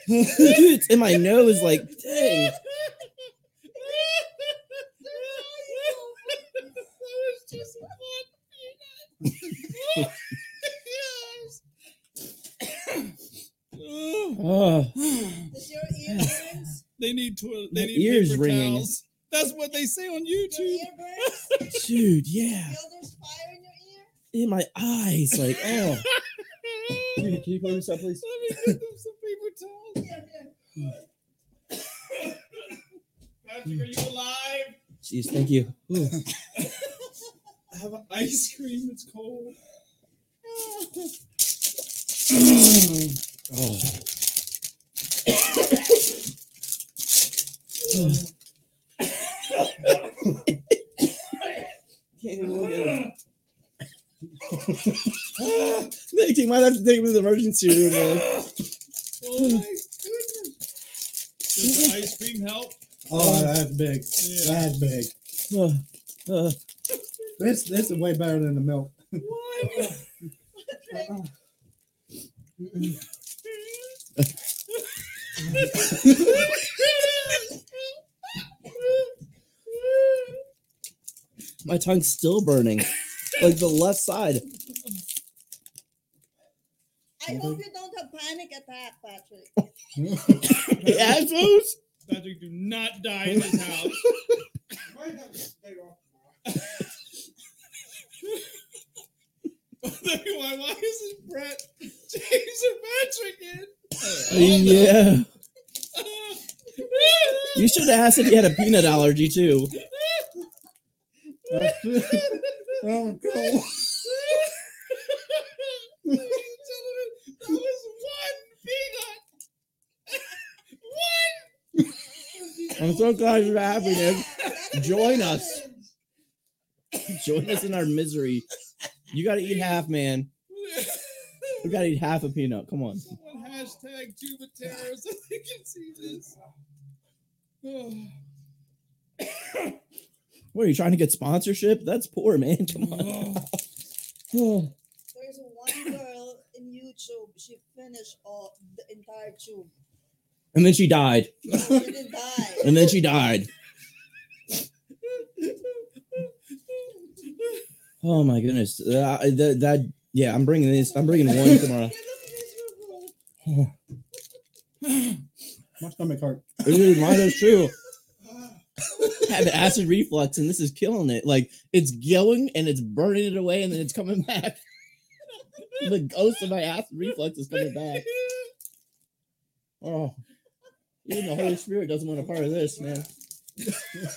it's in my nose, like, dang. Oh, Does your ear burns? they need to. My They need ear's paper ringing. towels. That's what they say on Your YouTube. ear burns? dude, yeah. Feel there's fire in your ear? In my eyes, like, oh. Can you call this up, please? Let me get them some paper towels. Yeah, yeah. Patrick, are you alive? Jeez, thank you. Ooh. I have ice cream. It's cold. Oh, Can't even look at it. Nick, you might have to take him to the emergency room, man. Oh my goodness. Does the ice cream help? Oh, that's big. That's big. Oh, oh. This this is way better than the milk. My tongue's still burning. like the left side. Uh-uh. I hope you don't have panic attack, Patrick. Assholes? Patrick, do not die in this house. why, why is this Brett James and Yeah. Patrick in? You should have asked if you had a peanut allergy too. Oh, God. Ladies and gentlemen, that was one peanut. one. I'm so glad you're happy, man. That's Join what us. happened. Join us in our misery. You gotta eat half, man. We gotta eat half a peanut. Come on. Someone hashtag Juba Terror so they can see this. Oh. What are you trying to get sponsorship? That's poor, man. Come on. Oh. There's one girl in YouTube. She finished all the entire tube. And then she died. No, she didn't die. And then she died. Oh my goodness. Uh, that, that yeah, I'm bringing this. I'm bringing one tomorrow. You look miserable. My stomach hurt. This is mine is true. I have acid reflux, and this is killing it. Like it's going and it's burning it away, and then it's coming back. the ghost of my acid reflux is coming back. Oh, even the Holy Spirit doesn't want a part of this, man.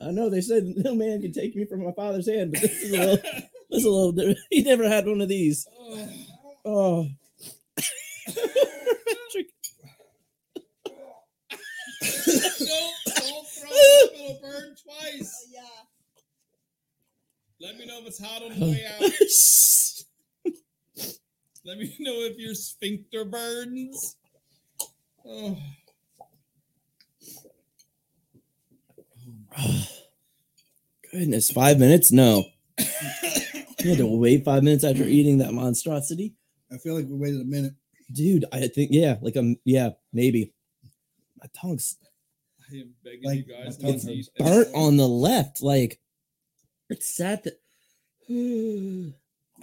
I know they said no man can take me from my father's hand, but this is a little, this is a little different. He never had one of these. Oh. Patrick. don't, don't throw it up, it'll burn Oh, twice. yeah. Let me know if it's hot on the way out. Let me know if your sphincter burns. Oh. Goodness, five minutes? No. You had to wait five minutes after eating that monstrosity? I feel like we waited a minute. Dude, I think, yeah, like, um, yeah, maybe. My tongue's I am begging Like, you guys my not it's to eat. burnt anymore. on the left. Like, it's sad that. Dude,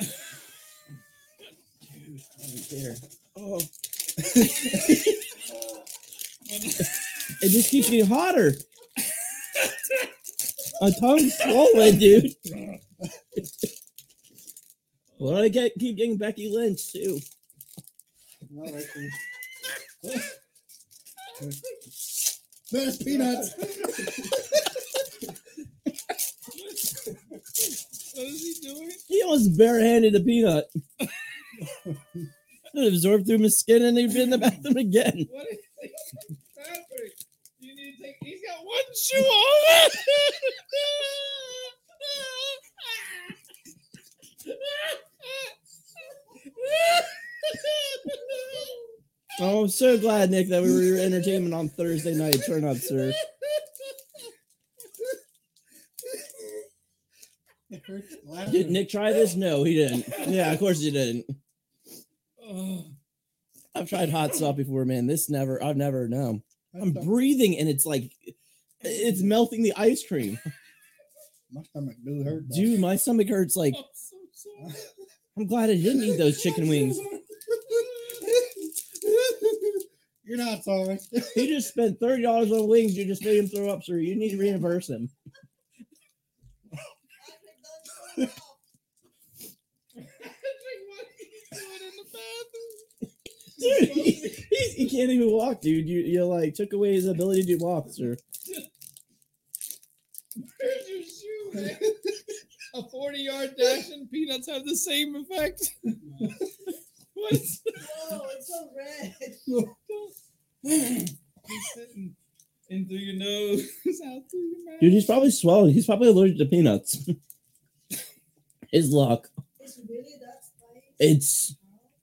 I don't care. Oh. it just keeps getting hotter. My tongue's swollen, dude. Well, I get keep getting Becky Lynch too. Best peanuts. What is he doing? He almost barehanded a peanut. it absorbed through my skin and he'd be in the bathroom again. What is he Patrick, You need to take. He's got one shoe on. Oh, I'm so glad, Nick, that we were your entertainment on Thursday night. Turn up, sir. Did Nick try this? No, he didn't. Yeah, of course he didn't. Oh, I've tried hot stuff before, man. This never, I've never known. I'm breathing and it's like, it's melting the ice cream. My stomach do hurt. though. Dude, my stomach hurts. Like, I'm so sorry. I'm glad I didn't eat those chicken wings. You're not sorry. He just spent $30 on wings. You just made him throw up, sir. You need to reimburse him. Patrick, don't throw Patrick, what up. are you doing in the bathroom? Dude, he, he, he can't even walk, dude. You, you like took away his ability to walk, sir. Where's your shoe, man? A 40 yard dash and peanuts have the same effect. what is No, it's so red. He's sitting in through your nose, out through your mouth. Dude, he's probably swollen. He's probably allergic to peanuts. His luck. It's really that spicy. It's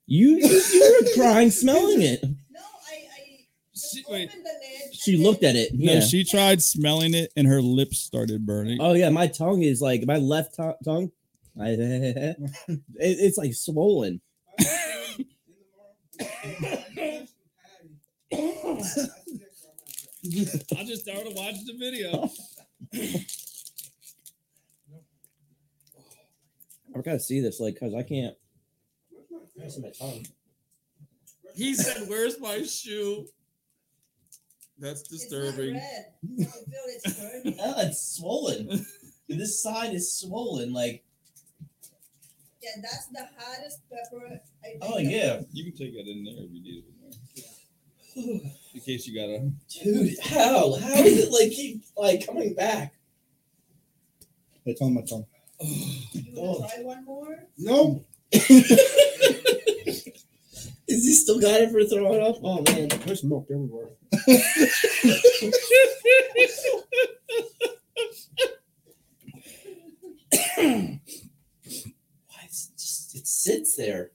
you. You were crying, smelling it. No, I, I just She- wait. opened the lid. She and then- looked at it. No, yeah. she tried smelling it and her lips started burning. oh yeah, my tongue is like my left to- tongue. I, it, it's like swollen. Patrick, I just started to watch the video. I gotta see this, like, cause I can't. He said, "Where's my shoe?" That's disturbing. It's not red. I feel it's burning. Oh, it's swollen. Dude, this side is swollen. Like, Yeah, that's the hottest pepper. I think oh yeah, You can take it in there if you need it in there. In case you gotta. dude. How? How does it like keep like coming back? It's on my tongue. You Oh. want to try one more? No. Is he still got it for throwing up? Oh man. There's milk everywhere. Why it's just it sits there?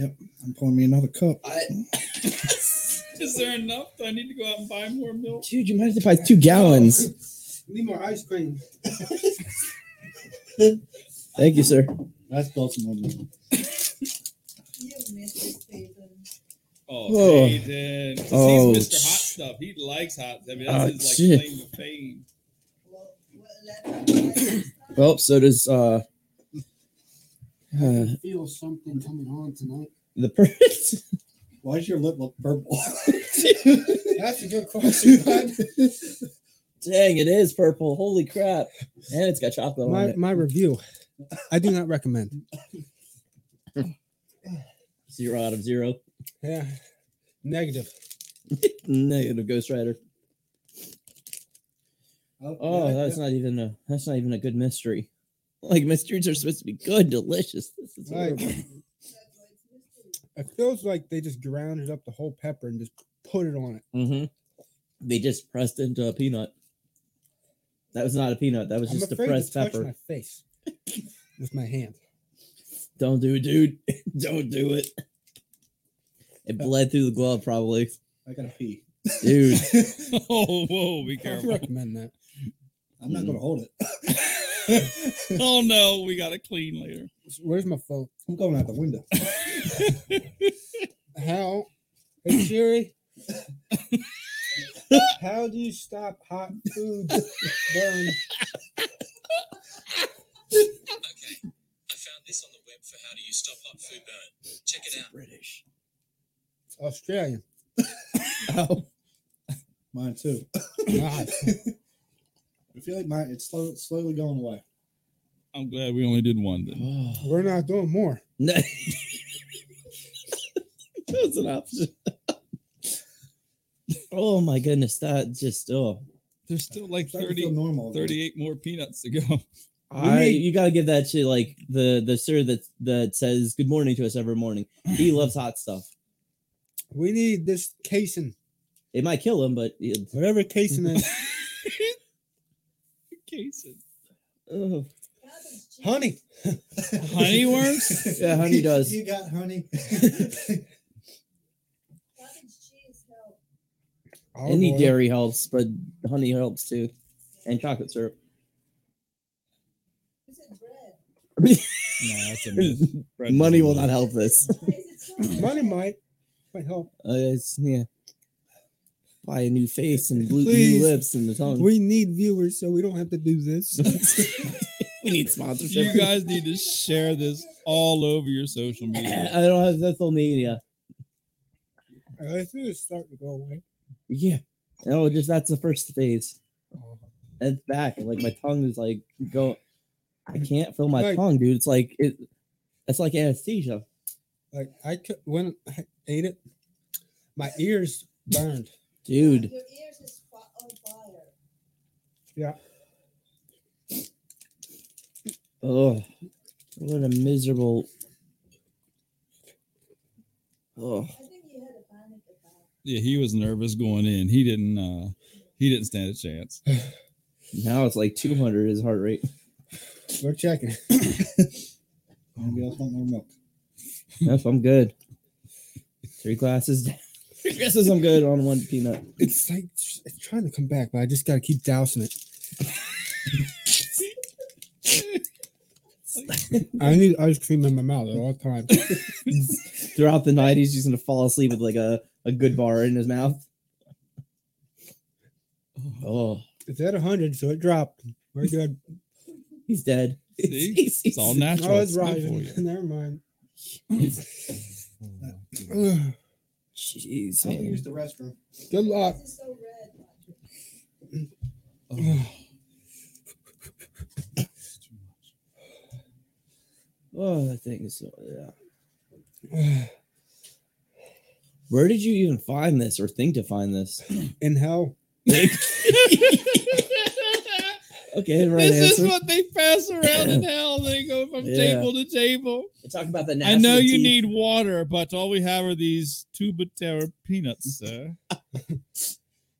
I'm pouring me another cup. I Is there enough? Do I need to go out and buy more milk? dude, you might have to buy two gallons. Need more ice cream. Thank you, sir. That's Baltimore. man. You missed this Peyton. Oh, Whoa. Hayden. 'Cause Oh, he's Mr. Hot sh- Stuff. He likes hot. I mean, Oh, that's his like shit. claim to fame. Well, well, let me try this time. Well, so does uh, uh Feel something coming on tonight. the person. Why does your lip look purple? That's a good question. bud. Dang, it is purple. Holy crap. And it's got chocolate on my it. my review. I do not recommend. Zero out of zero. Yeah. Negative. Negative Ghost Rider. Oh, that's not even a that's not even a good mystery. Like mysteries are supposed to be good, delicious. This is Right. horrible. That's why it's mystery. It feels like they just grounded up the whole pepper and just put it on it. Mhm. They just pressed into a peanut. That was not a peanut. That was I'm just a afraid pressed to touch pepper. my face with my hand. Don't do it, dude. Don't do it. It Uh. bled through the glove, probably. I gotta pee. Dude, Oh, whoa, be I careful. recommend that. I'm not gonna hold it. Oh no, we gotta clean later. Where's my phone? I'm going out the window. How? Hey Siri. How do you stop hot food burn? I found this on the web for how do you stop hot food burn. Check it out. British. Australian. Oh. Mine too. God. I feel like mine it's slow, slowly going away. I'm glad we only did one Oh, then. We're not doing more. No. That's an option. oh my goodness, that just oh There's still like It's starting to feel 30, normal. 38 more peanuts to go. I, made- you gotta give that to like the the sir that that says good morning to us every morning. He loves hot stuff. We need this casing. It might kill him, but he'll- Whatever casing is. Cases. oh. Cabbage cheese. Honey. Honey worms? Yeah, honey does. You got honey. Cabbage cheese help. Olive any oil. dairy helps, but honey helps too, and chocolate syrup. Is it bread? No, that's a myth. Bread Money doesn't will work. not help this. Why is it so bad? Money might. Might help. Uh, it's, yeah, buy a new face and blue, Please. new lips and the tongue. We need viewers so we don't have to do this. we need sponsorship. You guys need to share this all over your social media. I don't have social media. I think it's starting to go away. Yeah. Oh, just that's the first phase. And it's back. Like my tongue is like go. I can't feel my Like- tongue, dude. It's like it. It's like anesthesia. Like I could, when I ate it, my ears burned. Dude, Your ears is fi- on fire. oh, what a miserable. Oh, I think you had a panic attack. Yeah, he was nervous going in. He didn't uh he didn't stand a chance. now it's like 200 is heart rate. We're checking. Anybody else want more milk? Nope, I'm good. Three glasses. down. Three glasses, I'm good on one peanut. It's like it's trying to come back, but I just got to keep dousing it. I need ice cream in my mouth at all times. Throughout the night, he's just gonna fall asleep with like a, a good bar in his mouth. Oh, It's at 100, so it dropped. We're good. he's dead. See? He's- It's all he's- natural. Oh, it's good rising. for you. Never mind. Ugh. Jeez, man. the restroom. Good luck. This is so red. Patrick. Oh, that thing is so yeah. Where did you even find this or think to find this? In hell. Okay, right this answer. is what they pass around in hell. They go from Yeah. table to table. Talk about the. I know gnashing you need teeth. water, but all we have are these tubatera peanuts, sir.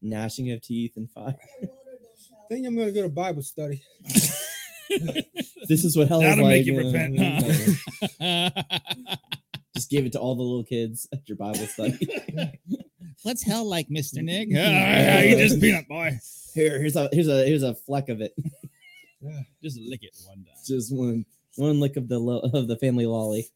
gnashing of teeth and fire. Yeah, water don't help. I think I'm going to go to Bible study. This is what hell is That'll like. make you know, repent, like, huh? Just give it to all the little kids at your Bible study. What's hell like, Mister Nick? yeah, eat this peanut, boy. Here, here's a here's a here's a fleck of it. Just lick it one time. Just one one lick of the lo- of the family lolly.